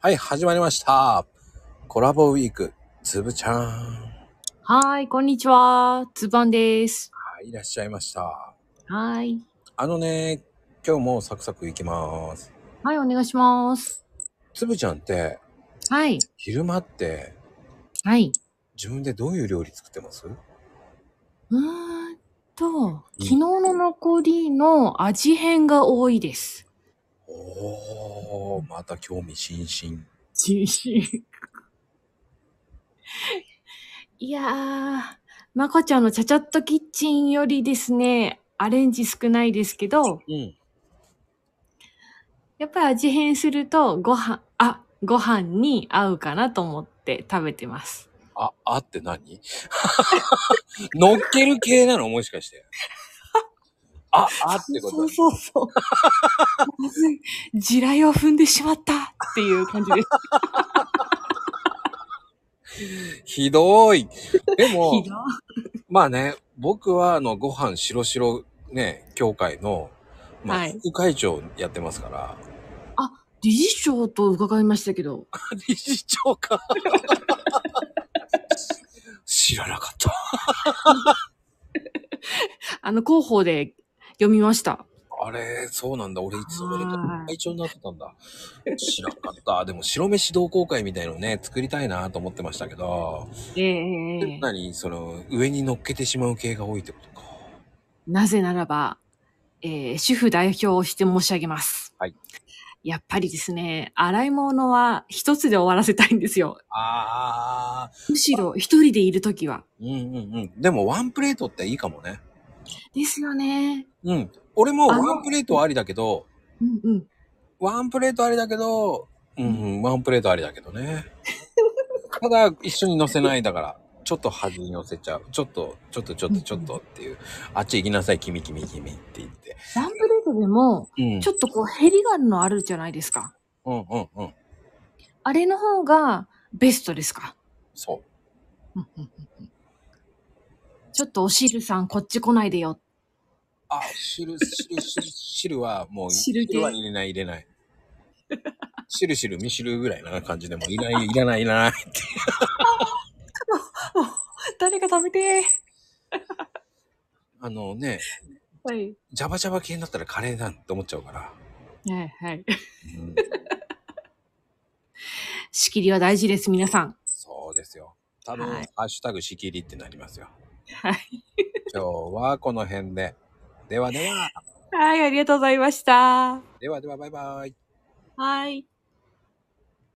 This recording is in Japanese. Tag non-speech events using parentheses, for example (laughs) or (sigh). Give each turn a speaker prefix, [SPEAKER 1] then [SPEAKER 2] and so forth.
[SPEAKER 1] はい、始まりました。コラボウィーク、つぶちゃん。は
[SPEAKER 2] はーい、こんにちは。つばんです。
[SPEAKER 1] い、いらっしゃいました。
[SPEAKER 2] はーい。
[SPEAKER 1] あのね、今日もサクサクいきます。
[SPEAKER 2] はい、お願いします。
[SPEAKER 1] つぶちゃんって、
[SPEAKER 2] はい。
[SPEAKER 1] 昼間って、
[SPEAKER 2] はい。
[SPEAKER 1] 自分でどういう料理作ってます
[SPEAKER 2] うーんと、昨日の残りの味変が多いです。
[SPEAKER 1] おー、また興味津々。
[SPEAKER 2] 中心。いやー、まこちゃんのちゃちゃっとキッチンよりですね、アレンジ少ないですけど、
[SPEAKER 1] うん。
[SPEAKER 2] やっぱり味変するとご飯、あ、ご飯に合うかなと思って食べてます。
[SPEAKER 1] あ、あって何 (laughs) 乗っける系なのもしか
[SPEAKER 2] (laughs)
[SPEAKER 1] して。あ、あってこと
[SPEAKER 2] そうそうそう。まずい地雷を踏んでしまったっていう感じ
[SPEAKER 1] (laughs)
[SPEAKER 2] です。
[SPEAKER 1] ひどい。でも、
[SPEAKER 2] (laughs) ひど
[SPEAKER 1] まあね、僕はあの、ご飯白白ね、協会の、まあ、
[SPEAKER 2] はい
[SPEAKER 1] 副会長やってますから、
[SPEAKER 2] い理事長と伺いましたけど。
[SPEAKER 1] 理事長か。知らなかった。
[SPEAKER 2] あの、広報で読みました。
[SPEAKER 1] あれ、そうなんだ。俺、いつ俺が
[SPEAKER 2] はい
[SPEAKER 1] 会長になってたんだ。知らなかった。でも、白飯同好会みたいのね、作りたいなと思ってましたけど、
[SPEAKER 2] ええ
[SPEAKER 1] 何その、上に乗っけてしまう系が多いってことか。
[SPEAKER 2] なぜならば、えー主婦代表をして申し上げます。
[SPEAKER 1] はい
[SPEAKER 2] やっぱりですね、洗い物は一つで終わらせたいんですよ。
[SPEAKER 1] ああ、
[SPEAKER 2] むしろ一人でいるときは。
[SPEAKER 1] うんうんうん。でも、ワンプレートっていいかもね。
[SPEAKER 2] ですよね。
[SPEAKER 1] うん。俺も
[SPEAKER 2] あの
[SPEAKER 1] ワンプレートはありだけど、
[SPEAKER 2] うんうん。
[SPEAKER 1] ワンプレートありだけど、うん、うん、ワンプレートありだけどね。 (laughs) ただ、一緒に乗せないだから、ちょっと端に乗せちゃう。ちょっと、ちょっと、ちょっと、ちょっとっていう。あっち行きなさい、君、君、君って言って。
[SPEAKER 2] ランプレートでも、
[SPEAKER 1] うん。
[SPEAKER 2] ちょっとこう、ヘリがあるのあるじゃないですか。
[SPEAKER 1] うん、うん、うん。
[SPEAKER 2] あれの方がベストですか。
[SPEAKER 1] そ
[SPEAKER 2] ちょっとお汁さんこっち来ないでよ。
[SPEAKER 1] う。あ、汁、汁、汁、汁はもう、
[SPEAKER 2] 汁系
[SPEAKER 1] は入れない、入れない。汁、汁、味汁ぐらいな感じでも、いらない、いらない、いらない。
[SPEAKER 2] 誰か食べて
[SPEAKER 1] あのね、
[SPEAKER 2] はい。
[SPEAKER 1] ジャバジャバ系だったらカレーなんて思っちゃうから。
[SPEAKER 2] はいはい。
[SPEAKER 1] うん、
[SPEAKER 2] 仕切りは大事です、皆さん。
[SPEAKER 1] そうですよ。多分、
[SPEAKER 2] はい
[SPEAKER 1] ハッシュタグ仕切りってなりますよ。
[SPEAKER 2] はい。 (laughs)
[SPEAKER 1] 今日はこの辺で。ではでは、
[SPEAKER 2] はい、ありがとうございました。
[SPEAKER 1] ではではバイバイ。
[SPEAKER 2] はい。